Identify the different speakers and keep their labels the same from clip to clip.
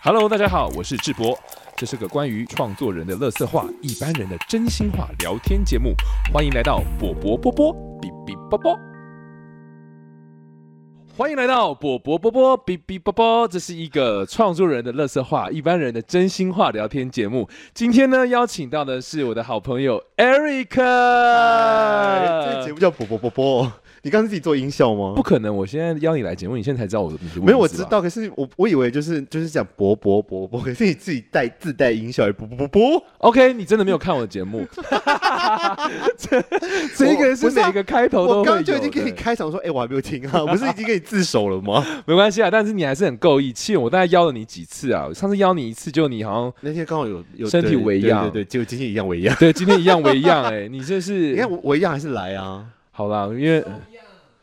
Speaker 1: Hello，大家好，我是智博，这是个关于创作人的乐色话、一般人的真心话聊天节目，欢迎来到波波波波比比波波。欢迎来到波波波波比比波波，这是一个创作人的乐色话、一般人的真心话聊天节目。今天呢，邀请到的是我的好朋友 Eric。
Speaker 2: 哎这个节目叫啵啵啵啵，你刚刚是自己做音效吗
Speaker 1: 呃不？可能，我现在邀你来节目，你现在才知道我的名字吧
Speaker 2: 没有，我知。道，可是我我以为就是就是讲啵啵啵啵，可是你自己带自带音效，啵啵啵啵。
Speaker 1: OK，你真的没有看我的节目，这这一个是
Speaker 2: 我不是啊
Speaker 1: 每个开头
Speaker 2: 我
Speaker 1: 都会
Speaker 2: 刚
Speaker 1: 有的。
Speaker 2: 刚就已经给你开场说，哎、我还没有听 啊，不是已经给你自首了吗？
Speaker 1: 没关系啊，但是你还是很够义气。我大概邀了你几次啊？上次邀你一次，就你好像
Speaker 2: 那天刚好有有
Speaker 1: 身体
Speaker 2: 对
Speaker 1: 为恙。
Speaker 2: 对对对，结果今天一样为恙
Speaker 1: 对，今天一样为一样哎、你这是
Speaker 2: 你看我我一样还是来啊，
Speaker 1: 好啦，因为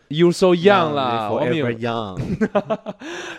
Speaker 1: you so young 啦，我没有
Speaker 2: ，forever。young。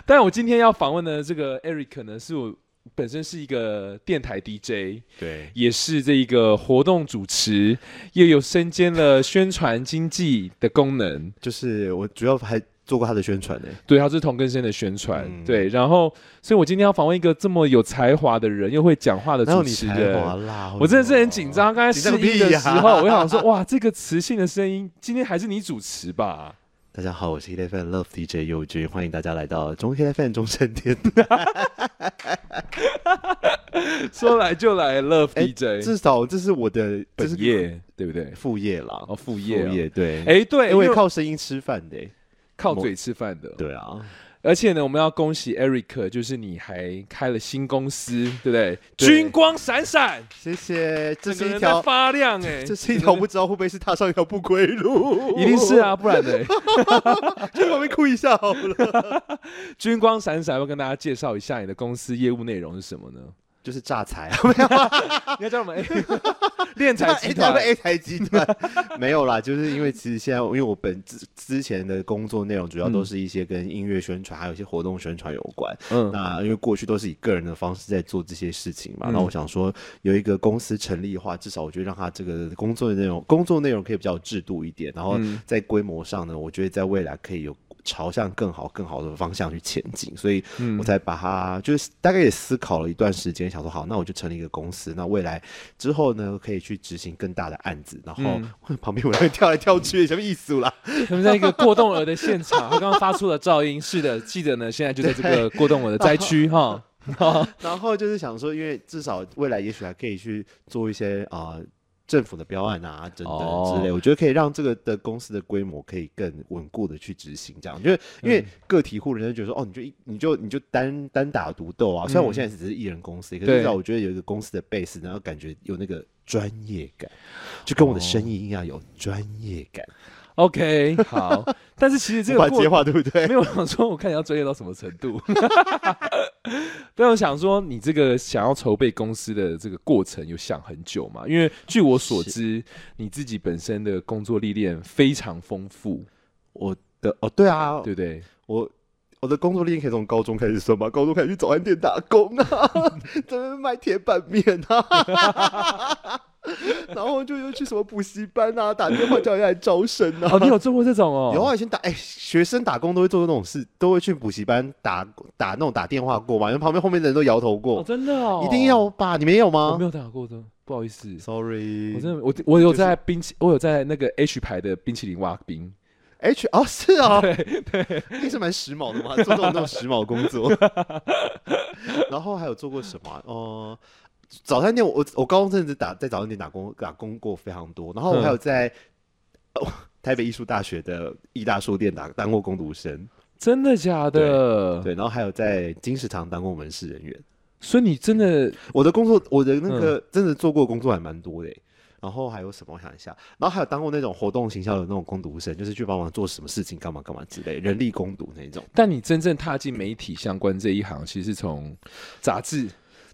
Speaker 1: 但我今天要访问的这个 Eric 呢，是我本身是一个电台 DJ，
Speaker 2: 对，
Speaker 1: 也是这一个活动主持，也有身兼了宣传经济的功能。
Speaker 2: 就是我主要还做过他的宣传呢、
Speaker 1: 对，他是同根生的宣传，
Speaker 2: 嗯
Speaker 1: 对，然后，所以我今天要访问一个这么有才华的人，又会讲话的
Speaker 2: 哪有
Speaker 1: 主
Speaker 2: 你
Speaker 1: 持
Speaker 2: 才华
Speaker 1: 人。
Speaker 2: 啦？
Speaker 1: 我真的是很紧张，刚才
Speaker 2: 紧
Speaker 1: 试
Speaker 2: 张
Speaker 1: 音
Speaker 2: 个
Speaker 1: 的
Speaker 2: 屁呀
Speaker 1: 时候，我想说，哇，这个磁性的声音，今天还是你主持 吧？
Speaker 2: 大家好，我是 Eleven Love DJ 佑君，欢迎大家来到中 Eleven 中正天。
Speaker 1: 说来就来，Love
Speaker 2: 哎
Speaker 1: DJ，
Speaker 2: 至少这是我的，这是
Speaker 1: 本业对不对？
Speaker 2: 副业啦，
Speaker 1: 哦，副业啊，
Speaker 2: 副业对，
Speaker 1: 哎，对，
Speaker 2: 因
Speaker 1: 因为
Speaker 2: 为靠声音吃饭的、
Speaker 1: 靠嘴吃饭的，
Speaker 2: 对啊，
Speaker 1: 而且呢，我们要恭喜 Eric，就是你还开了新公司，对不对？
Speaker 2: 对
Speaker 1: 军光闪闪，
Speaker 2: 谢谢，这
Speaker 1: 整个
Speaker 2: 是一
Speaker 1: 人在
Speaker 2: 条，
Speaker 1: 发亮，哎，
Speaker 2: 这是一 条不知道会不会是踏上一条不归路，
Speaker 1: 一定是，啊，不然呢？
Speaker 2: 去旁边哭一下好了。
Speaker 1: 军光闪闪，要不要跟大家介绍一下你的公司业务内容是什么呢？
Speaker 2: 就是榨财 啊，哎
Speaker 1: 你要叫我 们 A 练财集
Speaker 2: 他
Speaker 1: 团
Speaker 2: 们 A 台集团 没有啦，就是因为其实现在，因为我本之之前的工作内容主要都是一些跟音乐宣传，还有一些活动宣传有关。
Speaker 1: 嗯
Speaker 2: 那因为过去都是以个人的方式在做这些事情嘛，
Speaker 1: 嗯
Speaker 2: 那我想说有一个公司成立的话，至少我觉得让他这个工作的内容工作内容可以比较有制度一点，然后
Speaker 1: 嗯
Speaker 2: 在规模上呢，我觉得在未来可以有。朝向更好、更好的方向去前进，所以
Speaker 1: 嗯
Speaker 2: 我才把它就是大概也思考了一段时间，想说好，那我就成立一个公司，那未来之后呢，可以去执行更大的案子，然后、
Speaker 1: 嗯
Speaker 2: 旁边有人跳来跳去，什么意思啦？
Speaker 1: 他们在一个过动儿的现场，他刚刚发出了噪音。是的，记得呢，现在就在这个过动儿的灾区 哈。
Speaker 2: 然后就是想说，因为至少未来也许还可以去做一些啊、呃政府的标案啊等
Speaker 1: 哦
Speaker 2: 等之类，我觉得可以让这个的公司的规模可以更稳固的去执行。这样，就是因为个体户人家觉得说，哦，你就一你就你就单单打独斗啊。虽然我现在只是一人公司，可是
Speaker 1: 对
Speaker 2: 至少我觉得有一个公司的 base，然后感觉有那个专业感，就跟我的
Speaker 1: 哦
Speaker 2: 生意一样有专业感。
Speaker 1: OK，好。但是其实这
Speaker 2: 我
Speaker 1: 个
Speaker 2: 把接
Speaker 1: 过
Speaker 2: 话对不对？
Speaker 1: 没有我想说，我看你要专业到什么程度。 但我想说，你这个想要筹备公司的这个过程有想很久吗？因为据我所知，你自己本身的工作历练非常丰富，
Speaker 2: 我的哦，对啊，
Speaker 1: 对不对？
Speaker 2: 我我的工作历练可以从高中开始算吧，高中开始去早餐店打工 啊，在那边卖铁板面啊， 然后就又去什么补习班啊，打电话叫人家来招生啊。
Speaker 1: 哦，你有做过这种哦？
Speaker 2: 有啊，以前打哎、学生打工都会做那种事，都会去补习班打打那种打电话过嘛，因为旁边后面的人都摇头过，
Speaker 1: 哦，真的哦，
Speaker 2: 一定要啊吧？你没有
Speaker 1: 我
Speaker 2: 吗
Speaker 1: 没有打过的，不好意思，
Speaker 2: ？Sorry，
Speaker 1: 我真的我我有
Speaker 2: 就是
Speaker 1: 在冰淇，我有在那个 H 牌的冰淇淋挖冰，
Speaker 2: H 哦是啊、
Speaker 1: 对
Speaker 2: 你是蛮时髦的嘛，做这种那种时髦的工 作。然后还有做过什么啊、呃，早餐店我我我高中甚至打在早餐店打工打工过非常多，然后
Speaker 1: 嗯
Speaker 2: 我还有在、哦台北艺术大学的艺大书店打当过工读生，
Speaker 1: 真的假的？
Speaker 2: 对，然后还有在金石堂当过门市人员。
Speaker 1: 所以你真的
Speaker 2: 我的工作，我的那个、
Speaker 1: 嗯
Speaker 2: 真的做过工作还蛮多的欸、然后还有什么？我想一下，然后还有当过那种活动行销的那种工读生，就是去帮忙做什么事情、干嘛干嘛之类，人力工读那种。
Speaker 1: 但你真正踏进媒体相关这一行，其实是从杂志，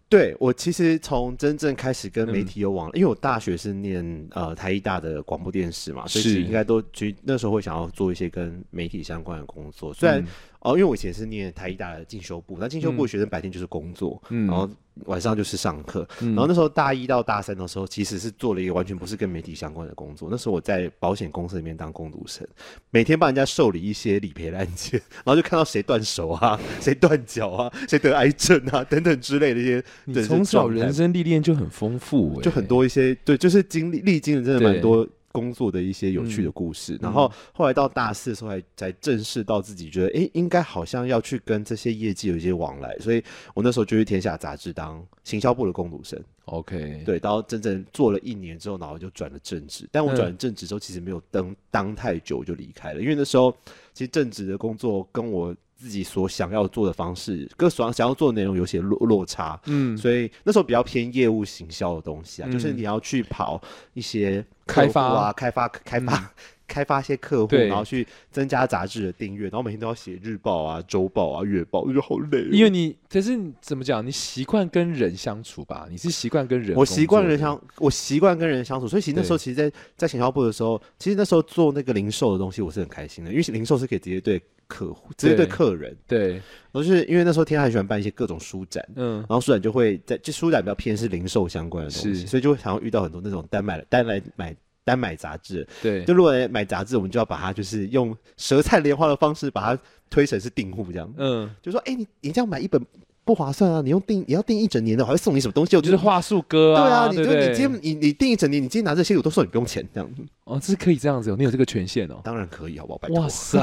Speaker 2: 对我其实从真正开始跟媒
Speaker 1: 嗯
Speaker 2: 体有往来，因为我大学是念呃台艺大的广播电视嘛，所以
Speaker 1: 是
Speaker 2: 其实应该都其实那时候会想要做一些跟媒体相关的工作。虽然、
Speaker 1: 嗯
Speaker 2: 哦，因为我以前是念台医大的进修部，那进修部的学生白天就是工作，
Speaker 1: 嗯
Speaker 2: 然后晚上就是上课，然后那时候大一到大三的时候，其实是做了一个完全不是跟媒体相关的工作。那时候我在保险公司里面当工读生，每天帮人家受理一些理赔的案件， 然后就看到谁断手啊，谁断脚啊，谁得癌症啊等等之类的一些
Speaker 1: 你
Speaker 2: 人生
Speaker 1: 从小
Speaker 2: 状态
Speaker 1: 人生历练就很丰富、欸，
Speaker 2: 就很多一些对，就是经历历经了真的蛮
Speaker 1: 对
Speaker 2: 多工作的一些有趣的故事。然后后来到大四的时候才才正式到自己觉得，诶，应该好像要去跟这些业界有一些往来，所以我那时候就去天下杂志当行销部的工读生。
Speaker 1: 嗯 OK，
Speaker 2: 对，到真正做了一年之后，然后就转了正职。但我转了正职之后，其实没有当当太久我就离开了，因为那时候其实正职的工作跟我自己所想要做的方式，跟所想要做的内容有些落落差。
Speaker 1: 嗯，
Speaker 2: 所以那时候比较偏业务行销的东西啊，就是你要去跑一些客
Speaker 1: 开
Speaker 2: 户啊
Speaker 1: 发、嗯
Speaker 2: 开发、开发、 开发一些客户，
Speaker 1: 对
Speaker 2: 然后去增加杂志的订阅，然后每天都要写日报啊、周报啊、月报，我觉得好累、哦。
Speaker 1: 因为你可是你怎么讲，你习惯跟人相处吧？你是习惯跟人，
Speaker 2: 我习惯人，相，我习惯跟人相处，所以其实那时候
Speaker 1: 对
Speaker 2: 其实在，在行销部的时候，其实那时候做那个零售的东西，我是很开心的，因为零售是可以直接对客户、直接
Speaker 1: 对
Speaker 2: 对客人，
Speaker 1: 对，
Speaker 2: 然后就是因为那时候天海很喜欢办一些各种书展，
Speaker 1: 嗯
Speaker 2: 然后书展就会在，就书展比较偏是零售相关的东西，
Speaker 1: 是
Speaker 2: 所以就会常常遇到很多那种单买单来买单买杂志。
Speaker 1: 对，
Speaker 2: 就如果来买杂志，我们就要把它就是用舌灿莲花的方式把它推成是订户这样，
Speaker 1: 嗯，
Speaker 2: 就说哎、你你这样买一本不划算啊，你用订你要订一整年的，我还会送你什么东西？我
Speaker 1: 就
Speaker 2: 觉
Speaker 1: 是
Speaker 2: 得
Speaker 1: 话术哥
Speaker 2: 对
Speaker 1: 啊，
Speaker 2: 你
Speaker 1: 对
Speaker 2: 就
Speaker 1: 不对
Speaker 2: 你今天你你订一整年，你今天拿这些我都送你不用钱这样，
Speaker 1: 哦，这是可以这样子哦，你有这个权限哦，
Speaker 2: 当然可以好不好？拜托
Speaker 1: 哇， 塞，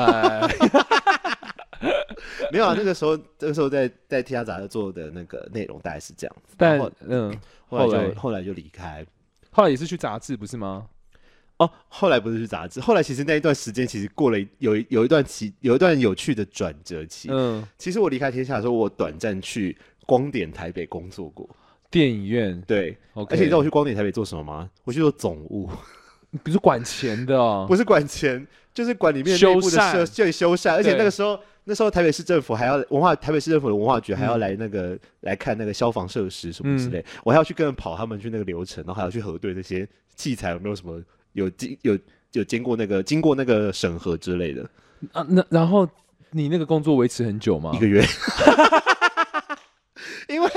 Speaker 2: 没有啊，那个时候那个时候在在 T R 杂志做的那个内容大概是这样，
Speaker 1: 但
Speaker 2: 然后
Speaker 1: 嗯，
Speaker 2: 后
Speaker 1: 后
Speaker 2: 来
Speaker 1: 来
Speaker 2: 就后来就离开。
Speaker 1: 后来也是去杂志不是吗？
Speaker 2: 哦，后来不是去杂志，后来其实那一段时间其实过了一有一有一段期，有一段有趣的转折期。
Speaker 1: 嗯，
Speaker 2: 其实我离开天下的时候，我短暂去光点台北工作过。
Speaker 1: 电影院
Speaker 2: 对
Speaker 1: ，OK，
Speaker 2: 而且你知道我去光点台北做什么吗？我去做总务，
Speaker 1: 不是管钱的哦，
Speaker 2: 不是管钱，就是管里面内
Speaker 1: 修
Speaker 2: 部的
Speaker 1: 缮
Speaker 2: 设对修缮。而且
Speaker 1: 对
Speaker 2: 那个时候，那时候台北市政府还要文化，台北市政府的文化局还
Speaker 1: 嗯
Speaker 2: 要来那个、来看那个消防设施什么之类，我还要去跟着跑他们去那个流程，然后还要去核对那些器材有没有什么有经有有经过那个经过那个审核之类的。
Speaker 1: 啊，那然后你那个工作维持很久吗
Speaker 2: 一？个月， 因为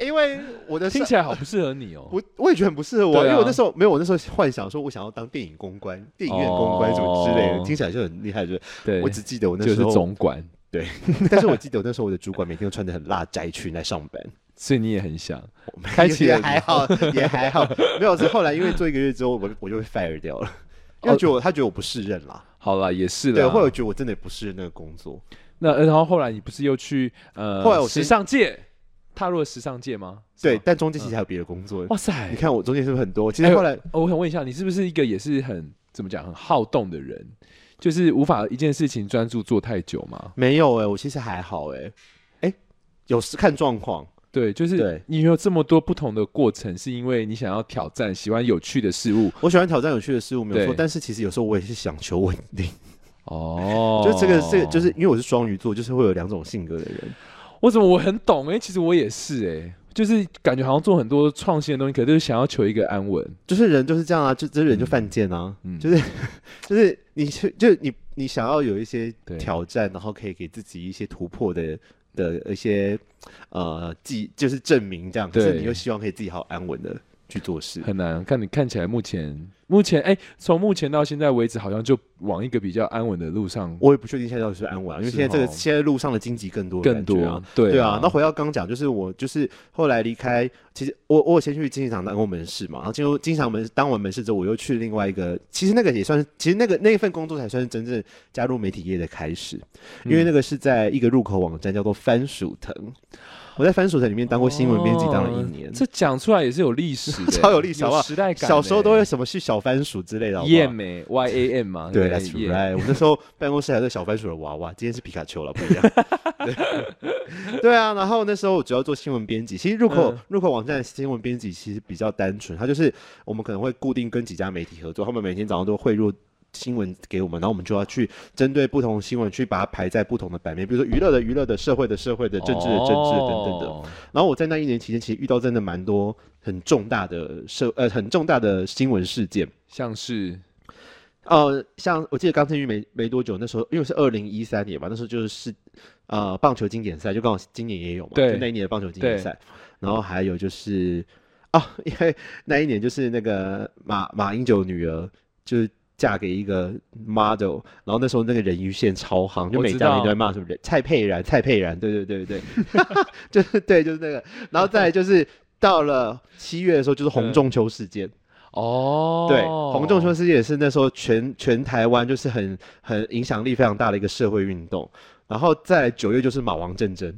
Speaker 2: 因为我的
Speaker 1: 听
Speaker 2: 上
Speaker 1: 起来好不适合你哦，
Speaker 2: 我我也觉得很不适合我啊，
Speaker 1: 对啊
Speaker 2: 因为我那时候没有，我那时候幻想说我想要当电影公关、电影院公关什么之类的，
Speaker 1: 哦
Speaker 2: 听起来就很厉害，就是
Speaker 1: 对，
Speaker 2: 我只记得我那
Speaker 1: 就
Speaker 2: 时
Speaker 1: 是
Speaker 2: 候，
Speaker 1: 总管，
Speaker 2: 但是我记得我那时候我的主管每天都穿的很辣宅裙来上班，
Speaker 1: 所以你也很想 开启
Speaker 2: 也
Speaker 1: 了
Speaker 2: 还好，也还好，没有。是后来因为做一个月之后，我我就被 fire 掉了，因为觉得我他觉得我不适任啦，
Speaker 1: 好了，也哦是
Speaker 2: 对，
Speaker 1: 了，
Speaker 2: 或者觉得我真的不适任那个工作，
Speaker 1: 那呃然后后来你不是又去呃，
Speaker 2: 后来我先
Speaker 1: 时尚界踏入了时尚界吗？是
Speaker 2: 对
Speaker 1: 吗，，
Speaker 2: 但中间其实还有别的工作。
Speaker 1: 哇塞
Speaker 2: 你，看我中间是不是很多？其实后来
Speaker 1: 哦我想问一下，你是不是一个也是很怎么讲很好动的人，就是无法一件事情专注做太久嘛？
Speaker 2: 没有哎、我其实还好哎、欸，哎、有时看状况，
Speaker 1: 对，就是
Speaker 2: 对
Speaker 1: 你有这么多不同的过程，是因为你想要挑战，喜欢有趣的事物
Speaker 2: 我喜欢挑战有趣的事物没有错，
Speaker 1: 对
Speaker 2: 但是其实有时候我也是想求稳定，
Speaker 1: 哦。
Speaker 2: 就这个这个就是因为我是双鱼座，就是会有两种性格的人，
Speaker 1: 哦我怎么我很懂哎、其实我也是哎、就是感觉好像做很多创新的东西，可是就是想要求一个安稳。
Speaker 2: 就是人就是这样啊，就这人就犯贱啊，
Speaker 1: 嗯
Speaker 2: 就是 就是你去就是你你想要有一些
Speaker 1: 对
Speaker 2: 挑战，然后可以给自己一些突破的。的一些呃，记就是证明这样，可是
Speaker 1: 对
Speaker 2: 你又希望可以自己好安稳的去做事，
Speaker 1: 很难。看你看起来目前目前哎，从、目前到现在为止，好像就往一个比较安稳的路上
Speaker 2: 我也不确定现在到底是不是安稳啊，因为
Speaker 1: 是
Speaker 2: 现在这个
Speaker 1: 哦
Speaker 2: 现在路上的荆棘更多的
Speaker 1: 更
Speaker 2: 感觉
Speaker 1: 多。
Speaker 2: 啊。
Speaker 1: 对
Speaker 2: 对啊，那回到刚讲，就是我就是后来离开，其实我我有先去经济厂当过门市嘛，然后进入经济厂门当完门市之后，我又去另外一个，其实那个也算是，其实那个那一份工作才算是真正加入媒体业的开始，
Speaker 1: 嗯
Speaker 2: 因为那个是在一个入口网站叫做番薯藤，我在番薯藤里面当过新闻编辑，当了一年，
Speaker 1: 哦这讲出来也是有历史的，
Speaker 2: 超有历史好不好
Speaker 1: 时代感。
Speaker 2: 小时候都会什么是小番薯之类的好不好
Speaker 1: 燕美 Y A M 嘛，
Speaker 2: 对
Speaker 1: 不
Speaker 2: ，That's
Speaker 1: 燕
Speaker 2: right。我那时候办公室还有个小番薯的娃娃，今天是皮卡丘了，不 一样。对对啊，然后那时候我主要做新闻编辑，其实入口、
Speaker 1: 嗯
Speaker 2: 入口网站的新闻编辑其实比较单纯，它就是我们可能会固定跟几家媒体合作，他们每天早上都汇入。新闻给我们，然后我们就要去针对不同新闻去把它排在不同的版面，比如说娱乐的娱乐的，社会的社会的，政治的政治的等等的。
Speaker 1: 哦
Speaker 2: 然后我在那一年期间，其实遇到真的蛮多很重大的社呃很重大的新闻事件，
Speaker 1: 像是
Speaker 2: 呃，像我记得刚参与没没多久，那时候因为是二零一三年吧，那时候就是世呃棒球经典赛，就刚好今年也有嘛，
Speaker 1: 对
Speaker 2: 就那一年的棒球经
Speaker 1: 对
Speaker 2: 典赛。然后还有就是啊，因为那一年就是那个马马英九女儿就是嫁给一个 model，然后那时候那个人鱼线超夯，就
Speaker 1: 我
Speaker 2: 每
Speaker 1: 知
Speaker 2: 家人
Speaker 1: 道
Speaker 2: 都在骂什么人蔡佩然，蔡佩然，对对对对， 就是对就是那个，然后再来就是到了七月的时候就是红
Speaker 1: 嗯
Speaker 2: 中秋事件。
Speaker 1: 哦，
Speaker 2: 对，洪仲秋师也是那时候全全台湾就是很很影响力非常大的一个社会运动。然后在九月就是马王战争，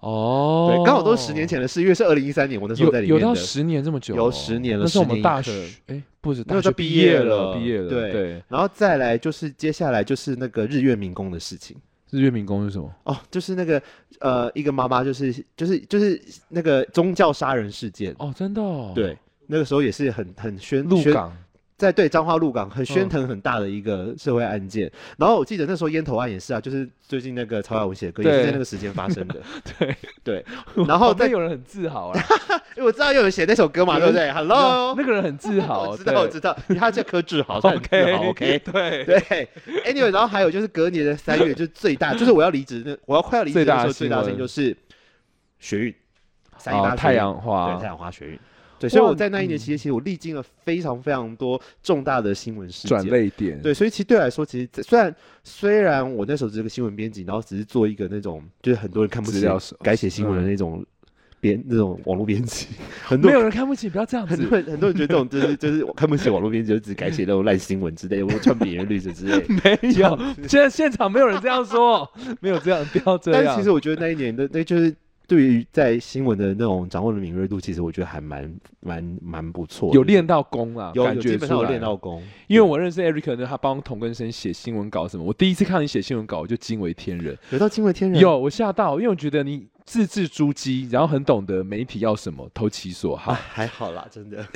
Speaker 1: 哦，
Speaker 2: 对，刚好都是十年。前的事，因为是二零一三年，我那时候在
Speaker 1: 有
Speaker 2: 里
Speaker 1: 有
Speaker 2: 面
Speaker 1: 到
Speaker 2: 的。
Speaker 1: 十年这么久哦、
Speaker 2: 有十年了
Speaker 1: 那是我
Speaker 2: 十
Speaker 1: 们
Speaker 2: 年
Speaker 1: 大
Speaker 2: 一
Speaker 1: 学
Speaker 2: 刻，
Speaker 1: 哎、不是，
Speaker 2: 那
Speaker 1: 大
Speaker 2: 时
Speaker 1: 学
Speaker 2: 候毕
Speaker 1: 业
Speaker 2: 业
Speaker 1: 了，
Speaker 2: 了
Speaker 1: 毕业了。
Speaker 2: 对
Speaker 1: 对，
Speaker 2: 然后再来就是接下来就是那个日月民工的事情
Speaker 1: 日月民工是什么？
Speaker 2: 哦，就是那个呃，一个妈妈就是就是就是那个宗教杀人事件，
Speaker 1: 哦，真的、哦，，
Speaker 2: 对，那个时候也是很很宣
Speaker 1: 鹿
Speaker 2: 宣
Speaker 1: 港，
Speaker 2: 在对彰化鹿港很
Speaker 1: 嗯
Speaker 2: 喧腾很大的一个社会案件。然后我记得那时候烟头案也是啊，就是最近那个曹雅文写的歌也
Speaker 1: 对
Speaker 2: 是在那个时间发 生的。
Speaker 1: 对，
Speaker 2: 对， 然后
Speaker 1: 旁边
Speaker 2: 在
Speaker 1: 有人很自豪啊，
Speaker 2: 因为我知道又有人写那首歌嘛，
Speaker 1: 有
Speaker 2: 对
Speaker 1: 人
Speaker 2: 不对
Speaker 1: 嗯
Speaker 2: ？Hello，
Speaker 1: 那个人很自豪，
Speaker 2: 我知道，我知道，他叫柯志 豪，他很自豪
Speaker 1: o k
Speaker 2: ，OK。
Speaker 1: 对，
Speaker 2: 对，Anyway，然后还有就是隔年的三月，就是最大，就是我要离职那，我要快要离职
Speaker 1: 最
Speaker 2: 的
Speaker 1: 大
Speaker 2: 时
Speaker 1: 的
Speaker 2: 候，最大的事
Speaker 1: 新
Speaker 2: 情
Speaker 1: 闻
Speaker 2: 就是学运，三一
Speaker 1: 哦
Speaker 2: 八
Speaker 1: 太
Speaker 2: 学运
Speaker 1: 阳
Speaker 2: 对
Speaker 1: 花
Speaker 2: 太阳花学运。对，所以
Speaker 1: 哇
Speaker 2: 我在那一年
Speaker 1: 嗯
Speaker 2: 期间，其实我历经了非常非常多重大的新闻事件
Speaker 1: 转。泪点，
Speaker 2: 对，所以其实对我来说，其实虽然虽然我那时候只是个新闻编辑，然后只是做一个那种就是很多人看不
Speaker 1: 资
Speaker 2: 起
Speaker 1: 料手
Speaker 2: 改写新闻的
Speaker 1: 嗯
Speaker 2: 那种编、那种网络编 辑，很多
Speaker 1: 没有人看不起，不要这样
Speaker 2: 很
Speaker 1: 子。
Speaker 2: 多，人很多人觉得这种就是就是我看不起网络编辑，就只改写那种烂新闻之类，我穿别人绿子之类
Speaker 1: 没有，现在现场没有人这样 说，没有这样，不要这样。
Speaker 2: 但是其实我觉得那一年的那就是。对于在新闻的那种掌握的敏锐度，其实我觉得还蛮蛮蛮不错的，
Speaker 1: 有练到功啊，
Speaker 2: 有
Speaker 1: 感
Speaker 2: 有
Speaker 1: 觉
Speaker 2: 基本上
Speaker 1: 出
Speaker 2: 有
Speaker 1: 来
Speaker 2: 练。到功，
Speaker 1: 因为我认识 Eric 呢，他帮童根生写新闻稿什么，我第一次看你写新闻稿，我就惊为天人。
Speaker 2: 有到惊为天人。
Speaker 1: 有，我吓到，因为我觉得你字字珠玑，然后很懂得媒体要什么，投其所
Speaker 2: 啊，
Speaker 1: 好。
Speaker 2: 还好啦，真的。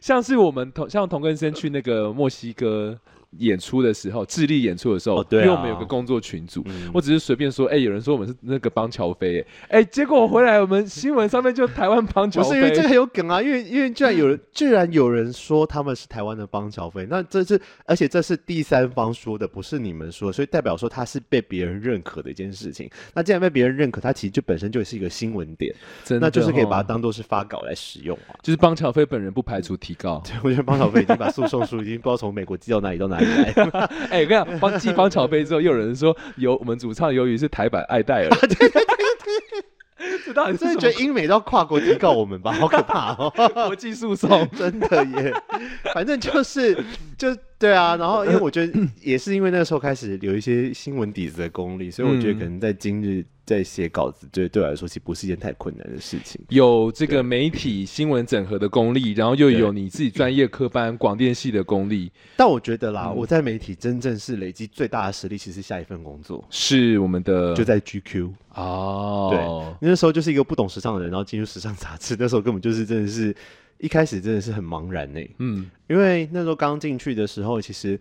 Speaker 1: 像是我们同像童根生去那个墨西哥演出的时候，智利演出的时候，
Speaker 2: 哦对啊
Speaker 1: 因为我们有个工作群组，
Speaker 2: 嗯
Speaker 1: 我只是随便说，哎、有人说我们是那个邦乔飞、哎、哎结果我回来，我们新闻上面就台湾 邦乔
Speaker 2: 不是因为
Speaker 1: 飞
Speaker 2: 这，个很有梗啊， 因为因为居然有人居然有人说他们是台湾的邦乔飞，那这是而且这是第三方说的，不是你们说，所以代表说他是被别人认可的一件事情。那既然被别人认可，它其实就本身就是一个新闻点，
Speaker 1: 真的
Speaker 2: 那就是可以
Speaker 1: 哦
Speaker 2: 把它当做是发稿来使用啊。
Speaker 1: 就是邦乔飞本人不排除提高。
Speaker 2: 对，我觉得邦乔飞已经把诉讼书已经不知道从美国寄到哪里到哪里来，
Speaker 1: 哎、我跟你讲，帮继邦乔飞之后，又有人说有我们主唱由于是台版艾戴尔，
Speaker 2: 啊
Speaker 1: 对对对， 这到底是
Speaker 2: 真
Speaker 1: 什
Speaker 2: 的觉
Speaker 1: 么
Speaker 2: 得英美到跨国提告我们吧，好可怕哦。
Speaker 1: 国际诉讼？
Speaker 2: 真的耶，反正就是就对啊。然后因为我觉得也是因为那时候开始有一些新闻底子的功力，所以我觉得可能在今日在写稿子，对对我来说其实不是一件太困难的事情。
Speaker 1: 有这个媒体新闻整合的功力，然后又有你自己专业科班广电系的功力，
Speaker 2: 但我觉得啦，我在媒体真正是累积最大的实力，其实是下一份工作。
Speaker 1: 是我们的
Speaker 2: 就在 GQ，
Speaker 1: 哦，
Speaker 2: 那时候就是一个不懂时尚的人，然后进入时尚杂志，那时候根本就是真的是，一开始真的是很茫然欸呢、
Speaker 1: 嗯，
Speaker 2: 因为那时候刚进去的时候，其实，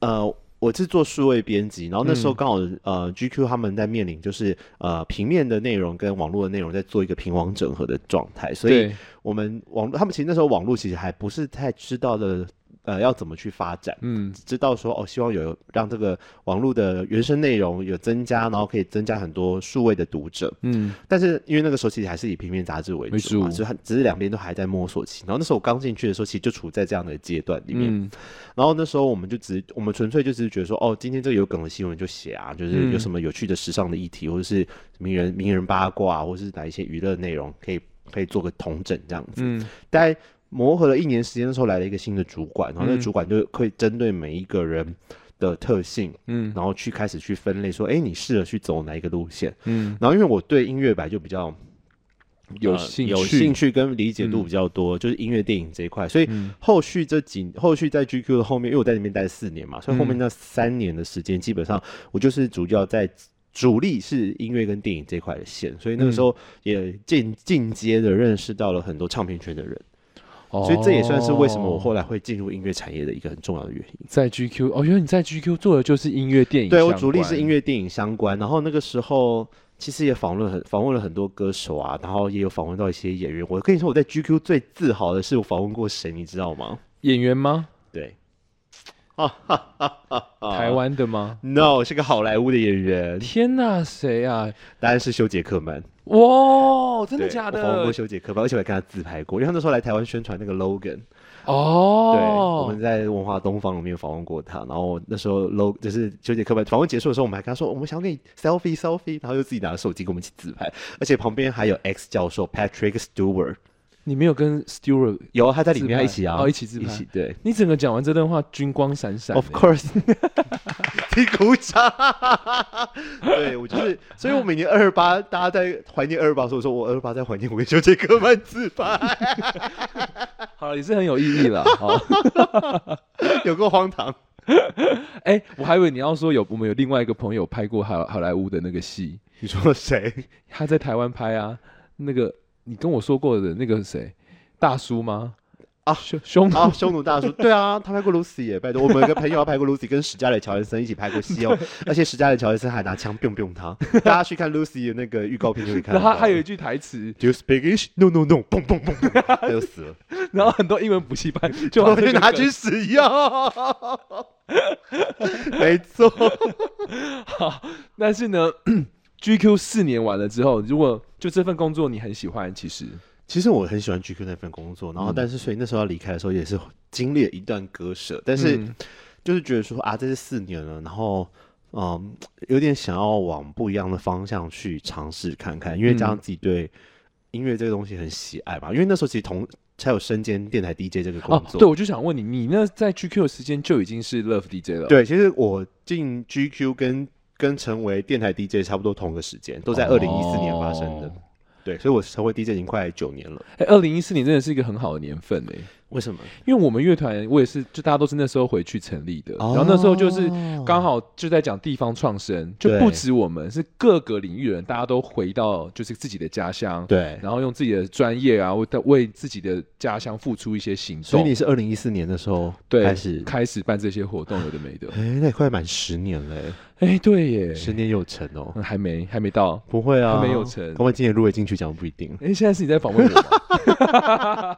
Speaker 2: 呃，我是做数位编辑，然后那时候刚好、呃，GQ 他们在面临就是呃平面的内容跟网络的内容在做一个平网整合的状态，所以
Speaker 1: 对，
Speaker 2: 我们网他们其实那时候网络其实还不是太知道的呃要怎么去发展。
Speaker 1: 嗯，
Speaker 2: 知道说哦，希望有让这个网络的原生内容有增加，然后可以增加很多数位的读者。
Speaker 1: 嗯，
Speaker 2: 但是因为那个时候其实还是以平面杂志为
Speaker 1: 为
Speaker 2: 主嘛，
Speaker 1: 主
Speaker 2: 所以它只是两边都还在摸索期。然后那时候我刚进去的时候，其实就处在这样的阶段里面。
Speaker 1: 嗯，
Speaker 2: 然后那时候我们就只我们纯粹就只是觉得说，哦，今天这个有梗的新闻就写啊，
Speaker 1: 嗯
Speaker 2: 就是有什么有趣的时尚的议题，或者是名人名人八卦、啊，或是哪一些娱乐内容，可以可以做个统整这样子。
Speaker 1: 嗯，
Speaker 2: 大概磨合了一年时间的时候，来了一个新的主管，然后
Speaker 1: 嗯
Speaker 2: 那个主管就会针对每一个人的特性，
Speaker 1: 嗯，
Speaker 2: 然后去开始去分类，说，哎，你适合去走哪一个路线？
Speaker 1: 嗯，
Speaker 2: 然后因为我对音乐版就比较
Speaker 1: 有
Speaker 2: 呃
Speaker 1: 兴
Speaker 2: 有
Speaker 1: 趣嗯
Speaker 2: 兴趣跟理解度比较多，就是音乐电影这一块，所以后续这几后续在 GQ 的后面，因为我在里面待四年嘛，
Speaker 1: 嗯
Speaker 2: 所以后面那三年的时间，基本上我就是主要在。主力是音乐跟电影这一块的线，所以那个时
Speaker 1: 嗯
Speaker 2: 候也间进阶的认识到了很多唱片圈的人，
Speaker 1: 所
Speaker 2: 所以这也算是为什么我后来会进入音乐产业的一个很重要的原因。
Speaker 1: 在 GQ 哦，原来你在 GQ 做的就是音乐电影，
Speaker 2: 对我主力是音
Speaker 1: 乐，
Speaker 2: 乐电影相关，然后那个时候其实也访问了很访问了很多歌手啊，然后也有访问到一些演员。我跟你说，我在 GQ 最自豪的是我访问过谁，你知道吗？
Speaker 1: 演员吗？
Speaker 2: 对，啊哈哈哈哈！
Speaker 1: 台湾的吗？
Speaker 2: ，no 是个好莱坞的演员，
Speaker 1: 天哪，谁啊？
Speaker 2: 答案是修杰克曼。
Speaker 1: 哇，真的
Speaker 2: 对
Speaker 1: 假
Speaker 2: 我访问
Speaker 1: 的
Speaker 2: 过？修杰克曼，而且我还跟他自拍过，因为他那时候来台湾宣传那个 Logan，、对，
Speaker 1: 哦
Speaker 2: 我们，在文化东方里面访问过他。然后那时候 Log 就是修杰克曼访问结束的时候，我们还跟他说我们想要跟你 selfie selfie，然后又自己拿着手机跟我们一起自拍，而且旁边还有 X 教授 Patrick Stewart，
Speaker 1: 你没有跟 Stewart，
Speaker 2: 有他在里面
Speaker 1: 自拍
Speaker 2: 一起啊，
Speaker 1: 哦一起自拍
Speaker 2: 一起对。
Speaker 1: 你整个讲完这段话，军光闪闪欸。
Speaker 2: Of course，你鼓掌。对我就是，所以我每年二二八，大家在怀念二二八的时候，我说我二二八在怀念我跟修杰克曼自拍，
Speaker 1: 好了，也是很有意义了。 好，
Speaker 2: 有够荒唐。
Speaker 1: 哎，我还以为你要说有我们有另外一个朋友拍过好好莱坞的那个戏，
Speaker 2: 你说谁？
Speaker 1: 他在台湾拍啊，那个你跟我说过的那个谁，大叔吗？
Speaker 2: 啊
Speaker 1: 匈匈
Speaker 2: 啊，匈奴大叔，对啊，他拍过 Lucy 耶，拜托，我们有个朋友他拍过 Lucy，跟史嘉蕾·乔恩森一起拍过戏 哦，而且史嘉蕾·乔恩森还拿枪 biu biu 他，大家去看 Lucy 的那个预告片就可以看
Speaker 1: 然
Speaker 2: 到。
Speaker 1: 后他还有一句台词，
Speaker 2: Do you speak English? No, no, no，嘣嘣嘣嘣， 他就死了，
Speaker 1: 然后很多英文补习 班就把
Speaker 2: 我
Speaker 1: 这
Speaker 2: 就
Speaker 1: 个
Speaker 2: 拿
Speaker 1: 梗
Speaker 2: 去使用， 没错，
Speaker 1: 但是呢 ，GQ 四年完了之后，如果就这份工作你很喜欢，其实
Speaker 2: 其实我很喜欢 GQ 那份工作，然
Speaker 1: 嗯
Speaker 2: 后但是所以那时候要离开的时候也是经历了一段割舍，但是
Speaker 1: 嗯
Speaker 2: 就是觉得说啊，这是四年了，然后嗯，有点想要往不一样的方向去尝试看看，因为
Speaker 1: 嗯
Speaker 2: 加上自己对音乐这个东西很喜爱嘛，因为那时候其实同才有身兼电台 DJ 这个工
Speaker 1: 哦，
Speaker 2: 作，
Speaker 1: 对，我就想问你，你那在 GQ 的时间就已经是 Love DJ 了，，
Speaker 2: 对，其实我进 GQ 跟跟成为电台 DJ 差不多同个时间，都在二零一四年发生的。对，所以我成为 DJ 已经快九年了。
Speaker 1: 哎，二零一四年真的是一个很好的年份哎，
Speaker 2: 为什么？
Speaker 1: 因为我们乐团我也是，就大家都是那时候回去成立的，然后那时候就是
Speaker 2: 哦
Speaker 1: 刚好就在讲地方创生，就
Speaker 2: 对
Speaker 1: 不止我们，是各个领域的人，大家都回到就是自己的家乡，
Speaker 2: 对，
Speaker 1: 然后用自己的专业啊，为为自己的家乡付出一些行动。
Speaker 2: 所以你是二零一四年的时候
Speaker 1: 对
Speaker 2: 开始，
Speaker 1: 开始办这些活动，有的 没的。
Speaker 2: 哎，那也快满十年了耶，
Speaker 1: 哎、对耶，
Speaker 2: 十年有成哦。
Speaker 1: 嗯还没还没到。
Speaker 2: 不会啊，
Speaker 1: 还没有成。
Speaker 2: 搞不好今年入围金曲奖不一定
Speaker 1: 哎、现在是你在访问我吗？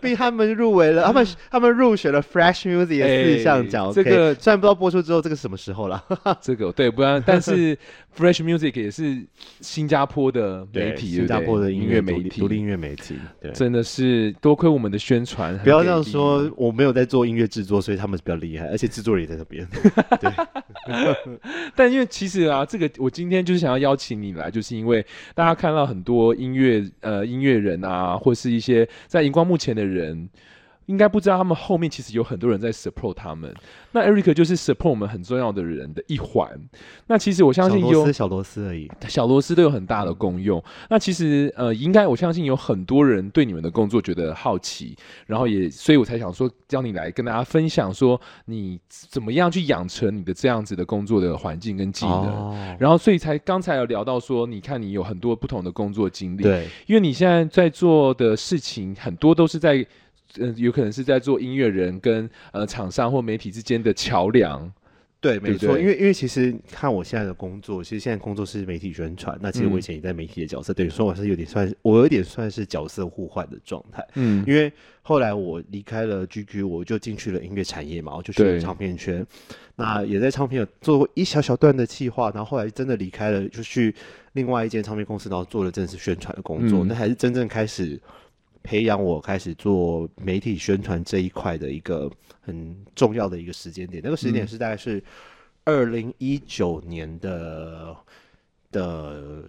Speaker 2: 被他们入围了，他 们他们入选了 Fresh Music
Speaker 1: 哎
Speaker 2: 的四项奖。
Speaker 1: 这
Speaker 2: OK，
Speaker 1: 个
Speaker 2: 虽然不知道播出之后这个什么时候了，
Speaker 1: 这个对，不然但 是 Fresh Music 也是新加坡的媒体，对
Speaker 2: 新
Speaker 1: 不对
Speaker 2: 加坡的
Speaker 1: 音
Speaker 2: 音乐
Speaker 1: 媒
Speaker 2: 媒体，独立
Speaker 1: 体，
Speaker 2: 音乐媒体。对，
Speaker 1: 真的是多亏我们的宣传。
Speaker 2: 不要这
Speaker 1: 很
Speaker 2: 样
Speaker 1: 给力
Speaker 2: 说，我没有在做音乐制作，所以他们比较厉害，而且制作人也在 那边。
Speaker 1: 但因为其实啊，这个我今天就是想要邀请你来，就是因为大家看到很多音乐呃音乐人啊，或是一些在荧光幕前的人，应该不知道他们后面其实有很多人在 support 他们。那 Eric 就是 support 我们很重要的人的一环。那其实我相
Speaker 2: 小
Speaker 1: 信
Speaker 2: 螺
Speaker 1: 有
Speaker 2: 丝，小螺丝而已。
Speaker 1: 小螺丝都有很大的功用。那其实呃，应该我相信有很多人对你们的工作觉得好奇，然后也，所以我才想说叫你来跟大家分享，说你怎么样去养成你的这样子的工作的环境跟技能。
Speaker 2: 哦，
Speaker 1: 然后，所以才刚才有聊到说，你看你有很多不同的工作经历，
Speaker 2: 对，
Speaker 1: 因为你现在在做的事情很多都是在，呃，有可能是在做音乐人跟呃厂商或媒体之间的桥梁，对
Speaker 2: 对，没
Speaker 1: 不
Speaker 2: 错，
Speaker 1: 对
Speaker 2: 因为因为其实看我现在的工作，其实现在工作是媒体宣传，那其实我以前也在媒体的角色，等于说我是有点算，我有点算是角色互换的状态。
Speaker 1: 嗯，
Speaker 2: 因为后来我离开了 GQ，我就进去了音乐产业嘛，我就去
Speaker 1: 对
Speaker 2: 了唱片圈，那也在唱片有做过一小小段的企划，然后后来真的离开了，就去另外一间唱片公司，然后做了正式宣传的工作，
Speaker 1: 嗯
Speaker 2: 那还是真正开始培养我开始做媒体宣传这一块的一个很重要的一个时间点，那个时间
Speaker 1: 嗯
Speaker 2: 点是大概是二零一九年的的。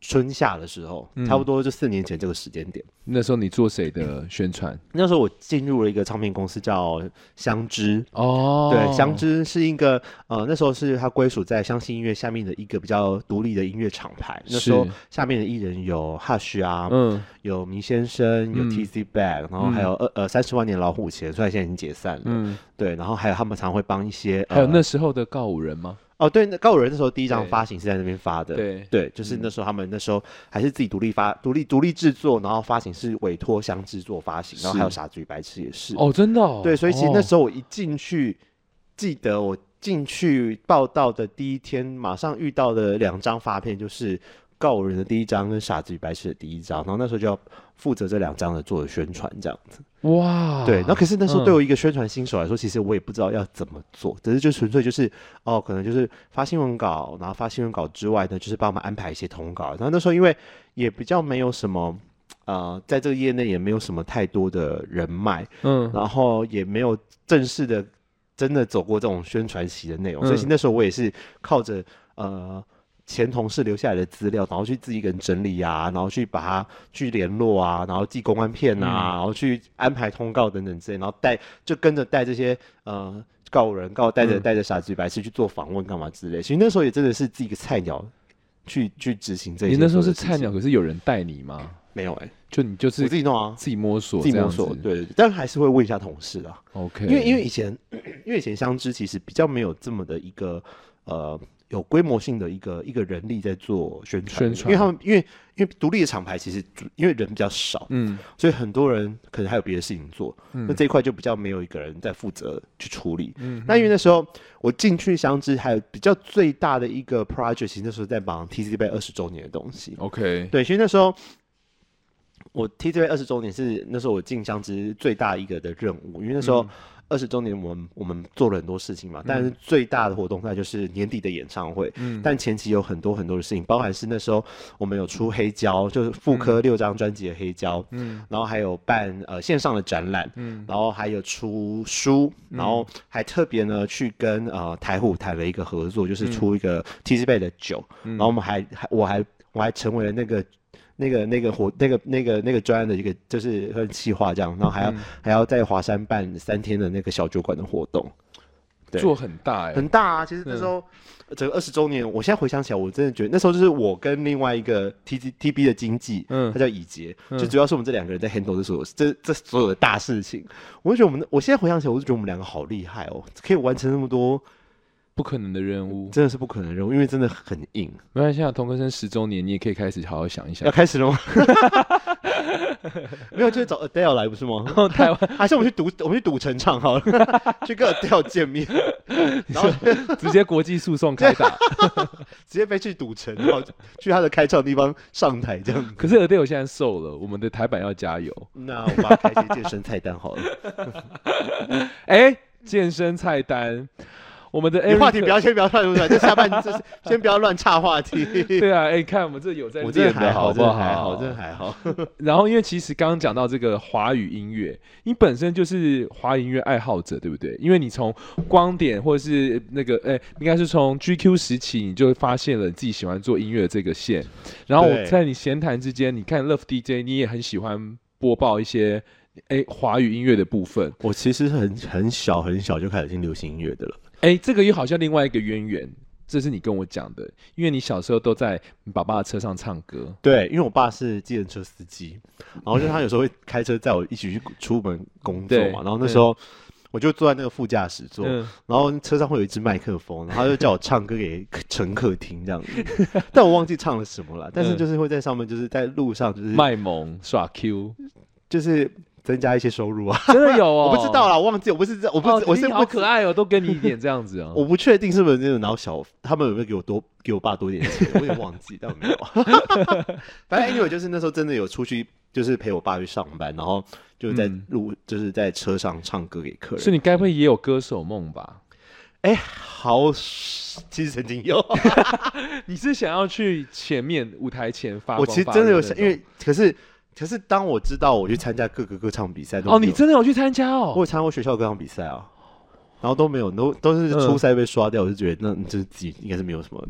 Speaker 2: 春夏的时候，
Speaker 1: 嗯
Speaker 2: 差不多就四年前这个时间点，
Speaker 1: 那时候你做谁的宣传？
Speaker 2: 那时候我进入了一个唱片公司叫香知，
Speaker 1: 哦，
Speaker 2: 对，香知是一个呃，那时候是它归属在相信音乐下面的一个比较独立的音乐厂牌。那时候
Speaker 1: 是
Speaker 2: 下面的艺人有 Hush 啊，
Speaker 1: 嗯，
Speaker 2: 有明先生，有
Speaker 1: 嗯
Speaker 2: TC Back，、然后还有呃呃三十万年老虎钳，虽然现在已经解散了，
Speaker 1: 嗯，
Speaker 2: 对，然后还有他们常会帮一些，呃、
Speaker 1: 还有那时候的告五人吗？
Speaker 2: 哦对，那告五人那时候第一张
Speaker 1: 对
Speaker 2: 发行是在那边发的，
Speaker 1: 对嗯
Speaker 2: 对，就是那时候他们那时候还是自己独立发、独立独立制作，然后发行是委托香知做发行，然后还有
Speaker 1: 是
Speaker 2: 傻子与白痴也是，
Speaker 1: 哦，真的、哦，
Speaker 2: 对，所以其实那时
Speaker 1: 候、
Speaker 2: 候我一进去，记得我进去报道的第一天，马上遇到的两张发片就是告五人的第一章跟傻子与白痴的第一章，然后那时候就要负责这两章的做的宣传这样子。
Speaker 1: 哦哇，
Speaker 2: 对，那可是那时候对
Speaker 1: 嗯
Speaker 2: 我一个宣传新手来说，其实我也不知道要怎么做，只是就纯粹就是哦，可能就是发新闻稿，然后发新闻稿之外呢，就是帮我们安排一些通稿。然后那时候因为也比较没有什么。呃，在这个业内也没有什么太多的人脉，
Speaker 1: 嗯
Speaker 2: 然后也没有正式的真的走过这种宣传期的内容，所以其实
Speaker 1: 嗯
Speaker 2: 那时候我也是靠着呃前同事留下来的资料，然后去自己一个人整理啊，然后去把它去联络啊，然后寄公关片啊，
Speaker 1: 嗯
Speaker 2: 然后去安排通告等等之类，然后带就跟着带这些呃告人告带着
Speaker 1: 嗯
Speaker 2: 带着傻子与白痴去做访问干嘛之类，其实那时候也真的是自己一个菜鸟。去去执行这些，
Speaker 1: 你那时候是菜鸟，？可是有人带你吗？
Speaker 2: 没有哎、
Speaker 1: 就你就
Speaker 2: 我
Speaker 1: 是
Speaker 2: 自己弄啊，
Speaker 1: 自己摸索，
Speaker 2: 自己摸索。。对，但还是会问一下同事啊。
Speaker 1: OK，
Speaker 2: 因为因为以前，因为以前相知其实比较没有这么的一个呃有规模性的一个一个人力在做宣
Speaker 1: 宣
Speaker 2: 传，
Speaker 1: 传
Speaker 2: 因为他们因为因为独立的厂牌其实主因为人比较少，
Speaker 1: 嗯
Speaker 2: 所以很多人可能还有别的事情做，那
Speaker 1: 嗯
Speaker 2: 这一块就比较没有一个人在负责去处理。
Speaker 1: 嗯
Speaker 2: 那因为那时候我进去相知，还有比较最大的一个 project，其实那时候在忙 TC 杯二十周年的东西。
Speaker 1: OK，
Speaker 2: 对，其实那时候我 T T V 二十周年是那时候我进香知最大一个的任务，因为那时候二十周年我们我们做了很多事情嘛，但是最大的活动那就是年底的演唱会。
Speaker 1: 嗯
Speaker 2: 但前期有很多很多的事情，包含是那时候我们有出黑胶，就是妇科六张专辑的黑胶，
Speaker 1: 嗯
Speaker 2: 然后还有办呃线上的展览，
Speaker 1: 嗯
Speaker 2: 然后还有出书，然后还特别呢去跟呃台虎谈了一个合
Speaker 1: 嗯
Speaker 2: 作，就是出一个 T C 贝的酒，然后我们还还我还我还成为了那个。那个、那个活、那个、那个、那个专案的一个就是算企划这样，然后还要、
Speaker 1: 嗯
Speaker 2: 还要在华山办三天的那个小酒馆的活动，对
Speaker 1: 做很大哎，嗯
Speaker 2: 很大啊。其实那时候整个二十周年，我现在回想起来，我真的觉得那时候就是我跟另外一个 T G T B 的经纪，
Speaker 1: 嗯
Speaker 2: 他叫以杰，
Speaker 1: 嗯
Speaker 2: 就主要是我们这两个人在 handle 这所有这这所有的大事情。我就觉得我们，我现在回想起来，我就觉得我们两个好厉害哦，可以完成那么多，
Speaker 1: 不可能的任务。
Speaker 2: 真的是不可能的任务，因为真的很硬。
Speaker 1: 没关系啊，童科生十周年，你也可以开始好好想一
Speaker 2: 要
Speaker 1: 想。
Speaker 2: 开始了 吗？没有，就是找 Adele 来不是吗？
Speaker 1: 台湾
Speaker 2: 还是我们去赌，我们去赌城场好了，去跟 Adele 见面， 然后 直
Speaker 1: 直接国际诉讼开打。
Speaker 2: 接飞去赌城，然后去他的开唱地方上台这样子。
Speaker 1: 可是 Adele 现在瘦了，我们的台版要加油。
Speaker 2: 那我把它开些健身菜单好了。
Speaker 1: 哎，健身菜单，我们的
Speaker 2: 你话题
Speaker 1: Eric-
Speaker 2: 不要先不要乱入来， 这 下半这是先不要乱岔话题。
Speaker 1: 对啊，哎，看我们这有在
Speaker 2: 我这个
Speaker 1: 练
Speaker 2: 还
Speaker 1: 的
Speaker 2: 好，
Speaker 1: 好
Speaker 2: 这
Speaker 1: 不
Speaker 2: 个
Speaker 1: 好？
Speaker 2: 还好，这个还好。
Speaker 1: 然后，因为其实刚刚讲到这个华语音乐，你本身就是华语音乐爱好者，对不对？因为你从光点或者是那个，哎、应该是从 GQ 时期，你就发现了你自己喜欢做音乐这个线。然后
Speaker 2: 对
Speaker 1: 我在你闲谈之间，你看 Love DJ，你也很喜欢播报一些哎华语音乐的部分。
Speaker 2: 我其实很很小很小就开始听流行音乐的了。
Speaker 1: 哎，这个又好像另外一个渊源，这是你跟我讲的，因为你小时候都在你爸爸的车上唱歌。
Speaker 2: 对，因为我爸是计程车司机，然后就是他有时候会开车载我一起去出门工作
Speaker 1: 对
Speaker 2: 嘛，然后那时候我就坐在那个副驾驶座，
Speaker 1: 嗯，
Speaker 2: 然后车上会有一支麦克风，然后他就叫我唱歌给乘客听这样 子，但我忘记唱了什么了，但是
Speaker 1: 嗯
Speaker 2: 就是会在上面就是在路上就是
Speaker 1: 卖萌耍 Q，
Speaker 2: 就是增加一些收入啊，
Speaker 1: 真的有哦，
Speaker 2: 我不知道啦，我忘记，我不是知道，我不
Speaker 1: 哦
Speaker 2: 知，我
Speaker 1: 你
Speaker 2: 是
Speaker 1: 好
Speaker 2: 不
Speaker 1: 可
Speaker 2: 知。
Speaker 1: 爱哦，都给你一点这样子哦。
Speaker 2: 我不确定是不是真的，然后小他们有没有给我多给我爸多一点钱，我也忘记，但 我没有。反正 anyway 就是那时候真的有出去，就是陪我爸去上班，然后就在
Speaker 1: 嗯
Speaker 2: 路、就是在车上唱歌给客人。
Speaker 1: 是你该不会也有歌手梦吧？
Speaker 2: 哎、好，其实曾经哦有，
Speaker 1: 你是想要去前面舞台前发
Speaker 2: 我
Speaker 1: 光
Speaker 2: 其实
Speaker 1: 发
Speaker 2: 真的
Speaker 1: 热
Speaker 2: 有
Speaker 1: 那
Speaker 2: 想，
Speaker 1: 种
Speaker 2: 因为可是可是当我知道我去参加各个歌唱比赛都没有，
Speaker 1: 哦，你真的有去参加
Speaker 2: 我
Speaker 1: 哦
Speaker 2: 有。参加过学校歌唱比赛啊，然后都没有，都都是
Speaker 1: 嗯
Speaker 2: 初赛被刷掉，我就觉得那就是自己应该是没有什么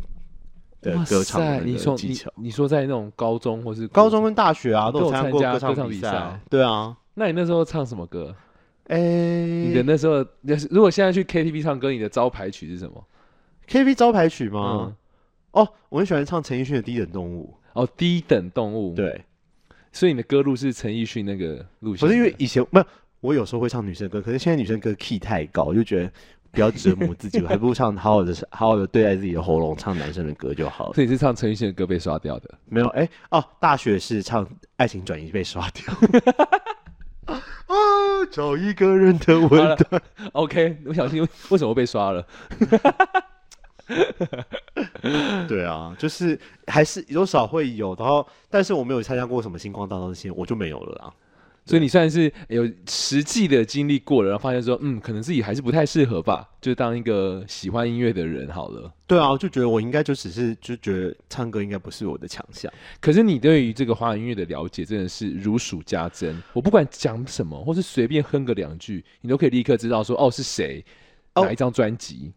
Speaker 2: 的
Speaker 1: 哇
Speaker 2: 歌唱
Speaker 1: 塞！
Speaker 2: 的
Speaker 1: 你
Speaker 2: 那个
Speaker 1: 说
Speaker 2: 技
Speaker 1: 你
Speaker 2: 巧。
Speaker 1: 你说在那种高中或是国
Speaker 2: 高中，跟大学啊
Speaker 1: 你
Speaker 2: 都
Speaker 1: 都有
Speaker 2: 参加
Speaker 1: 参
Speaker 2: 过
Speaker 1: 加
Speaker 2: 歌
Speaker 1: 歌唱
Speaker 2: 比
Speaker 1: 比赛
Speaker 2: 对啊，
Speaker 1: 那你那时候唱什么歌？
Speaker 2: 哎、
Speaker 1: 你的那时候，那是如果现在去 KTV 唱歌，你的招牌曲是什么？
Speaker 2: KV 招牌曲
Speaker 1: 嗯
Speaker 2: 吗？，哦，我很喜欢唱陈奕迅的《低等动物
Speaker 1: 哦，低等动物。》，，
Speaker 2: 对，
Speaker 1: 所以你的歌路是陈奕迅那个路线的。
Speaker 2: 不是因为以前不，我有时候会唱女生歌，可是现在女生歌 key 太高，我就觉得。不要折磨自己，我还不如唱好好的、好好的对待自己的喉咙，唱男生的歌就好了。
Speaker 1: 所以你是唱陈奕迅的歌被刷掉的。
Speaker 2: 没有，哎、哦，大学是唱《爱情转移》被刷掉。 啊，找一个人的温
Speaker 1: 好了
Speaker 2: 暖。
Speaker 1: OK，我想听为什么被刷了？
Speaker 2: 对啊，就是还是多少会有，然后但是我没有参加过什么星光大道那些，我就没有了啦。
Speaker 1: 所以你算是有实际的经历过了，然后发现说，嗯，可能自己还是不太适合吧，就当一个喜欢音乐的人好了。
Speaker 2: 对啊，我就觉得我应该就只是就觉得唱歌应该不是我的强项。
Speaker 1: 可是你对于这个华语音乐的了解真的是如数家珍，我不管讲什么，或是随便哼个两句，你都可以立刻知道说，哦，是谁，
Speaker 2: 哦
Speaker 1: 哪一张专辑。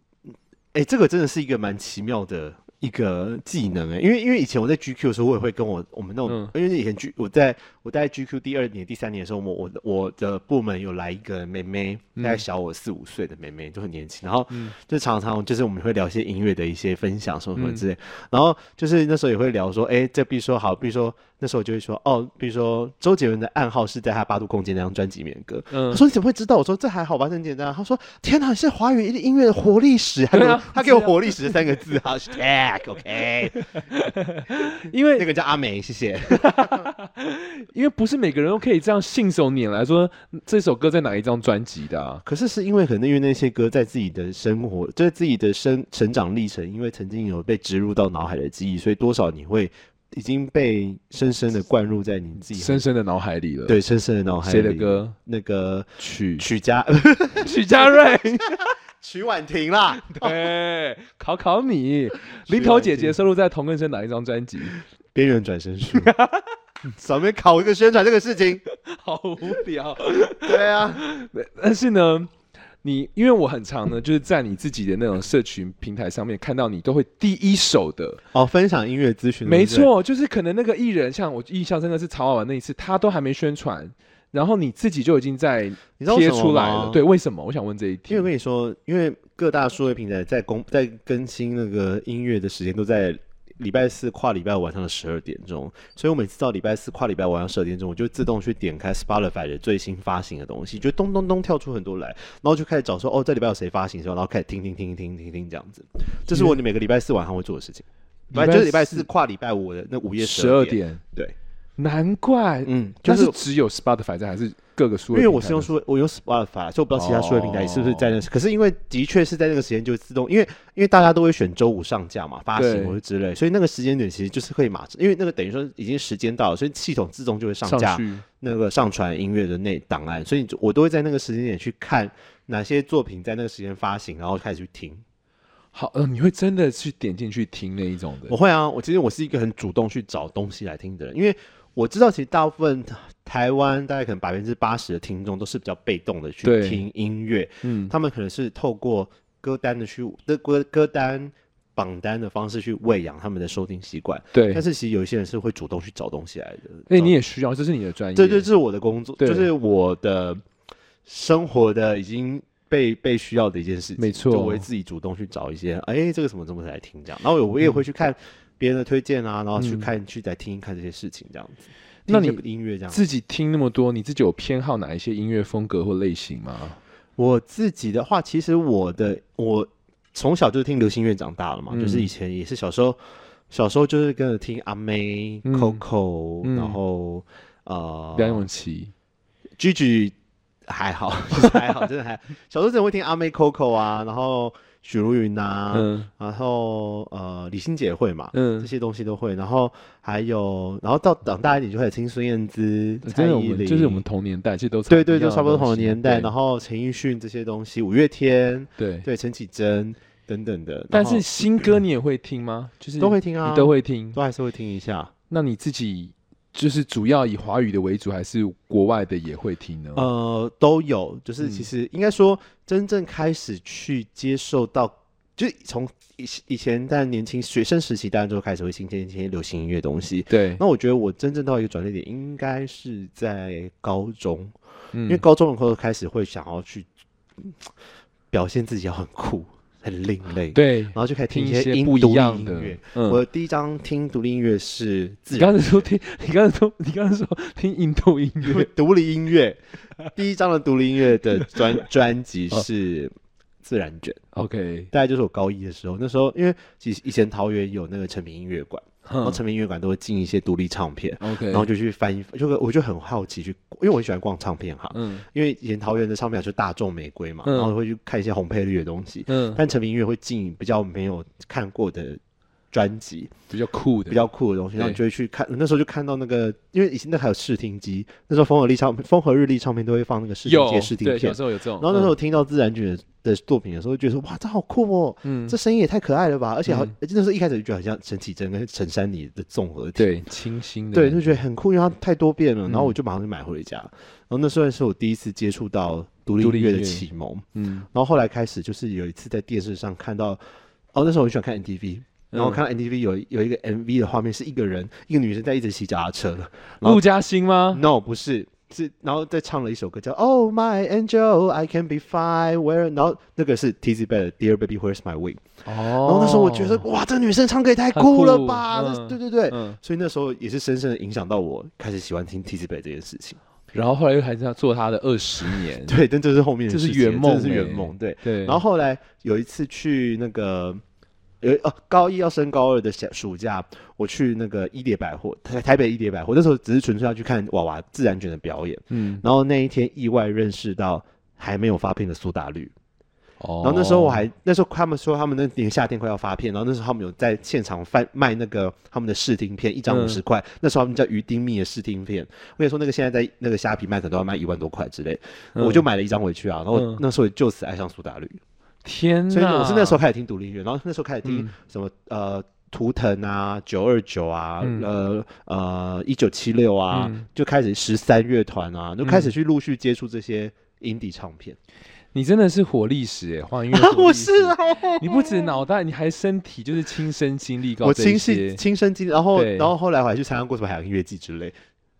Speaker 2: 哎、这个真的是一个蛮奇妙的一个技能哎、因为因为以前我在 GQ 的时候，我也会跟我我们那种，因为以前 G 我在我在 GQ 第二年、第三年的时候，我我的我的部门有来一个妹妹，大概小我四五岁的妹妹，就很年轻，然后就常常就是我们会聊一些音乐的一些分享什么什么之类，然后就是那时候也会聊说，哎、这比如说好，比如说那时候我就会说，哦，比如说周杰伦的暗号是在他八度空间那张专辑里面的歌，
Speaker 1: 嗯
Speaker 2: 他说你怎么会知道？我说这还好吧，这很简单啊。他说天哪，你是华语音乐的活历史，还给我、
Speaker 1: 对啊
Speaker 2: 他给我活历史这三个字啊，hashtag，OK，
Speaker 1: 因为
Speaker 2: 那个叫阿美，谢谢。
Speaker 1: 因为不是每个人都可以这样信手拈来说这首歌在哪一张专辑的、啊。
Speaker 2: 可是是因为可能因为那些歌在自己的生活，在自己的生成长历程，因为曾经有被植入到脑海的记忆，所以多少你会已经被深深的灌入在你自己
Speaker 1: 深深的脑海里了。，
Speaker 2: 对深深的脑海
Speaker 1: 谁
Speaker 2: 里。
Speaker 1: 的？歌？
Speaker 2: 那个
Speaker 1: 曲
Speaker 2: 曲 家
Speaker 1: 许家瑞。
Speaker 2: 曲婉婷啦，
Speaker 1: 对，哎考考你，林头姐姐收录在童根生哪一张专 辑？
Speaker 2: 边缘转身 术。咱们考一个宣传这个事情，
Speaker 1: 好无聊。
Speaker 2: 对啊。
Speaker 1: 但是呢，你因为我很常呢，就是在你自己的那种社群平台上面看到你都会第一手的，
Speaker 2: 哦，分享音乐咨询，
Speaker 1: 没
Speaker 2: 对不对，
Speaker 1: 错，就是可能那个艺人，像我印象真的是曹好玩那一次，他都还没宣传，然后你自己就已经在
Speaker 2: 你知道为
Speaker 1: 贴
Speaker 2: 什么
Speaker 1: 出来
Speaker 2: 吗
Speaker 1: 了，对，为什么？我想问这一
Speaker 2: 因为
Speaker 1: 题
Speaker 2: 我。跟你说，因为各大数位平台在公在更新那个音乐的时间都在礼拜四跨礼拜五晚上的十二点钟，所以我每次到礼拜四跨礼拜五晚上十二点钟，我就自动去点开 Spotify 的最新发行的东西，就咚咚咚跳出很多来，然后就开始找说哦，这礼拜有谁发行什么，然后开始听听听听听听这样子，这是我每个礼拜四晚上会做的事情。
Speaker 1: 礼拜
Speaker 2: 反正就是礼拜四跨礼拜五的那午夜
Speaker 1: 十
Speaker 2: 二
Speaker 1: 二
Speaker 2: 点，
Speaker 1: 点，
Speaker 2: 对，
Speaker 1: 难怪，
Speaker 2: 嗯，就
Speaker 1: 但
Speaker 2: 是
Speaker 1: 是只有 Spotify 在，还是各个数位平台
Speaker 2: 因
Speaker 1: 在？
Speaker 2: 为我是用数位，我用 Spotify，所以我不知道其他数位平台是不是在那。
Speaker 1: 哦
Speaker 2: 可是因为的确是在那个时间就自动，因为因为大家都会选周五上架嘛，发
Speaker 1: 对
Speaker 2: 行或者之类，所以那个时间点其实就是可以马上，因为那个等于说已经时间到了，所以系统自动就会上架
Speaker 1: 上去，
Speaker 2: 那个上传音乐的那档案，所以就我都会在那个时间点去看哪些作品在那个时间发行，然后开始去听。
Speaker 1: 好，呃，你会真的去点进去听那一种的
Speaker 2: 我，会啊，我其实我是一个很主动去找东西来听的人，因为我知道其实大部分台湾大概可能百分之八十的听众都是比较被动的去
Speaker 1: 对
Speaker 2: 听音乐，
Speaker 1: 嗯，
Speaker 2: 他们可能是透过歌单的去的歌歌单榜单的方式去喂养他们的收听习惯，
Speaker 1: 对
Speaker 2: 但，是其实有一些人是会主动去找东西来的。
Speaker 1: 那你也需要，这是你的专业，
Speaker 2: 这这是我的工作，
Speaker 1: 对
Speaker 2: 就是我的生活的已经被被需要的一件事情。
Speaker 1: 没错
Speaker 2: 就我会自己主动去找一些，哎，这个什么怎么来听这样，然后我也
Speaker 1: 嗯
Speaker 2: 会去看别人的推荐啊，然后去看、去来听一看这些事情这样子。
Speaker 1: 那
Speaker 2: 听
Speaker 1: 你
Speaker 2: 这部音乐这样，
Speaker 1: 自己听那么多，你自己有偏好哪一些音乐风格或类型吗？
Speaker 2: 我自己的话，其实我的我从小就听流行乐长大了嘛，
Speaker 1: 嗯
Speaker 2: 就是以前也是小时候，小时候就是跟着听阿妹、
Speaker 1: 嗯
Speaker 2: Coco，、
Speaker 1: 嗯
Speaker 2: 然后呃
Speaker 1: 梁咏琪，
Speaker 2: Gigi 还好， 其实还好，真的还好小时候真的会听阿妹、Coco 啊，然后许茹芸啊，
Speaker 1: 嗯
Speaker 2: 然后呃李心洁也会嘛，这
Speaker 1: 嗯，
Speaker 2: 些东西都会，然后还有，然后到长大一点就开始听孙燕姿、蔡
Speaker 1: 真呃的我
Speaker 2: 依
Speaker 1: 们
Speaker 2: 林，
Speaker 1: 就是我们同年代，其实都差
Speaker 2: 对对，
Speaker 1: 一样
Speaker 2: 就
Speaker 1: 的
Speaker 2: 差不多
Speaker 1: 东
Speaker 2: 同个
Speaker 1: 西
Speaker 2: 年代，
Speaker 1: 对
Speaker 2: 然后陈奕迅这些东西，五月天。
Speaker 1: 对。
Speaker 2: 对，陈绮贞等等的，
Speaker 1: 但
Speaker 2: 然后
Speaker 1: 是新歌你也会听吗？就是
Speaker 2: 都会听啊，
Speaker 1: 你都，会听。
Speaker 2: 都还是会听一下。
Speaker 1: 那你自己就是主要以华语的为主，还是国外的也会听呢？
Speaker 2: 呃，都有，
Speaker 1: 嗯
Speaker 2: 就是其实应该说，真正开始去接受到，就是从以以前在年轻学生时期，当然就开始会听这些流行音乐东西。
Speaker 1: 对，
Speaker 2: 那我觉得我真正到一个转折点，应该是在高中，
Speaker 1: 因
Speaker 2: 因为高中的时候开始会想要去嗯表现自己要很酷、 很另类，，
Speaker 1: 对
Speaker 2: 然后就开始
Speaker 1: 听
Speaker 2: 听
Speaker 1: 一
Speaker 2: 一些
Speaker 1: 些
Speaker 2: 音
Speaker 1: 不
Speaker 2: 独
Speaker 1: 一
Speaker 2: 立
Speaker 1: 样
Speaker 2: 音
Speaker 1: 的
Speaker 2: 乐。。啊我
Speaker 1: 嗯，
Speaker 2: 的第一张听独立音乐是自
Speaker 1: 你
Speaker 2: 然
Speaker 1: 刚才说听，你刚才说你刚才说听印度音乐，
Speaker 2: 独立音乐，第一张的独立音乐的专专辑是《自然卷》，
Speaker 1: OK，
Speaker 2: 大概就是我高一的时候。那时候因为以以前桃园有那个成品音乐馆， 然后
Speaker 1: 哼
Speaker 2: 成品音乐馆都会进一些独立唱片，
Speaker 1: ，OK，
Speaker 2: 然后就去翻一翻，就我就很好奇去，因为我很喜欢逛唱片行，
Speaker 1: 嗯
Speaker 2: 因为以前桃园的唱片行啊就大众玫瑰嘛，
Speaker 1: 嗯
Speaker 2: 然后会去看一些红配绿的东西，
Speaker 1: 嗯
Speaker 2: 但成品音乐会进比较没有看过的专辑，
Speaker 1: 比较酷的，
Speaker 2: 比较酷的东西，然后
Speaker 1: 对
Speaker 2: 你就会去看。那时候就看到那个，因为以前那还有试听机，那时候风和日唱片、风和日丽唱片都会放那个试听
Speaker 1: 有
Speaker 2: 机的试听
Speaker 1: 对，
Speaker 2: 片
Speaker 1: 有。时候有这种。
Speaker 2: 然后那时候听到自然卷的作品的时候，就觉得说哇，这好酷哦，
Speaker 1: 嗯，
Speaker 2: 这声音也太可爱了吧！而且好，
Speaker 1: 嗯
Speaker 2: 而且那时候一开始就觉得很像陈绮贞跟陈珊妮的综合体。
Speaker 1: 对清新的，
Speaker 2: 对，就觉得很酷，因为它太多变了。然后
Speaker 1: 嗯
Speaker 2: 我就马上就买回家。然后那算是我第一次接触到独立
Speaker 1: 独
Speaker 2: 音
Speaker 1: 立
Speaker 2: 乐
Speaker 1: 音
Speaker 2: 的
Speaker 1: 乐
Speaker 2: 启蒙。
Speaker 1: 嗯
Speaker 2: 然后后来开始就是有一次在电视上看到，哦，那时候我很喜欢看 NTV。然后
Speaker 1: 嗯
Speaker 2: 看到 NTV 有有一个 MV 的画面，是一个人，一个女生在一直骑脚踏 车。然后
Speaker 1: 陆嘉欣吗？
Speaker 2: No，不是，是然后再唱了一首歌叫《Oh My Angel I Can Be Fine Where》，然后那个是 Tizzy Bac 的《Dear Baby Where's My Way》。
Speaker 1: 哦，
Speaker 2: 然后那时候我觉得，哇，这女生唱歌也太
Speaker 1: 很
Speaker 2: 酷了
Speaker 1: 酷
Speaker 2: 吧！那
Speaker 1: 嗯
Speaker 2: 对对对，
Speaker 1: 嗯，
Speaker 2: 所以那时候也是深深的影响到我开始喜欢听 T Z 北这件事情。
Speaker 1: 然后后来又还是要做他的二十年，
Speaker 2: 对，但这是后面的
Speaker 1: 这是
Speaker 2: 事情
Speaker 1: 圆梦
Speaker 2: 这是
Speaker 1: 欸
Speaker 2: 圆梦。对，
Speaker 1: 对，
Speaker 2: 然后后来有一次去那个。有哦，高一要升高二的暑暑假，我去那个一叠百货，台台北一叠百货。那时候只是纯粹要去看娃娃自然卷的表演，
Speaker 1: 嗯，
Speaker 2: 然后那一天意外认识到还没有发片的苏打绿。
Speaker 1: 哦，
Speaker 2: 然后那时候我还那时候他们说他们那年夏天快要发片，然后那时候他们有在现场贩卖那个他们的试听片，一张
Speaker 1: 嗯
Speaker 2: 五十块。那时候他们叫鱼丁蜜的试听片，我跟你说那个现在在那个虾皮卖可能都要卖一万多块之类，
Speaker 1: 嗯
Speaker 2: 我就买了一张回去啊。然后
Speaker 1: 嗯
Speaker 2: 那时候就此爱上苏打绿，
Speaker 1: 天
Speaker 2: 所以
Speaker 1: 呐，
Speaker 2: 我是那时候开始听独立音乐，然后那时候开始听
Speaker 1: 啊嗯
Speaker 2: 什么、呃。图腾啊，九二九啊，
Speaker 1: 嗯
Speaker 2: 呃呃，一九七六啊，
Speaker 1: 嗯
Speaker 2: 就开始十三乐团啊，就开始去陆续接触这些 indie 唱 片。
Speaker 1: 你真的是活历史哎，换音乐
Speaker 2: 啊
Speaker 1: 活
Speaker 2: 我
Speaker 1: 历史
Speaker 2: 是啊，
Speaker 1: 你不止脑袋，你还身体就是亲身经历过
Speaker 2: 我
Speaker 1: 这一
Speaker 2: 亲
Speaker 1: 些
Speaker 2: 身。亲身经历，然后
Speaker 1: 对
Speaker 2: 然后后来我还去参加过什么海洋音乐季之类，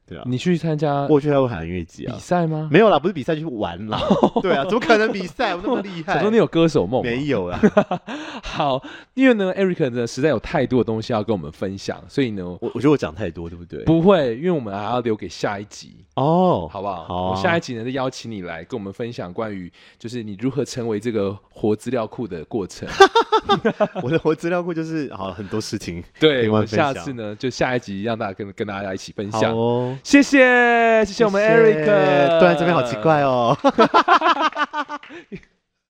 Speaker 2: 对啊，
Speaker 1: 你去参加
Speaker 2: 我去参加过海洋音乐季
Speaker 1: 呃比
Speaker 2: 啊，
Speaker 1: 赛吗？
Speaker 2: 没有啦，不是比赛就是玩 啦，对啊，怎么可能比赛？我那么厉
Speaker 1: 想
Speaker 2: 害
Speaker 1: 说你，有歌手梦吗，
Speaker 2: 没有啦，啊
Speaker 1: 好，因为呢，Eric 呢实在有太多的东西要跟我们分享，所以呢，
Speaker 2: 我我觉得我讲太多，对不对？
Speaker 1: 不会，因为我们还要留给下一集，
Speaker 2: 哦，
Speaker 1: 好不好？
Speaker 2: 好啊
Speaker 1: 我下一集呢，再邀请你来跟我们分享关于就是你如何成为这个活资料库的过 程。
Speaker 2: 我的我资料库就是好很多事情，
Speaker 1: 对，
Speaker 2: 另
Speaker 1: 我
Speaker 2: 外
Speaker 1: 们
Speaker 2: 分
Speaker 1: 下
Speaker 2: 享
Speaker 1: 次呢，就下一集让大家跟跟大家一起分
Speaker 2: 好
Speaker 1: 享。
Speaker 2: 哦，
Speaker 1: 谢谢，谢谢我们
Speaker 2: 谢
Speaker 1: Eric。
Speaker 2: 对啊，这边好奇怪哦。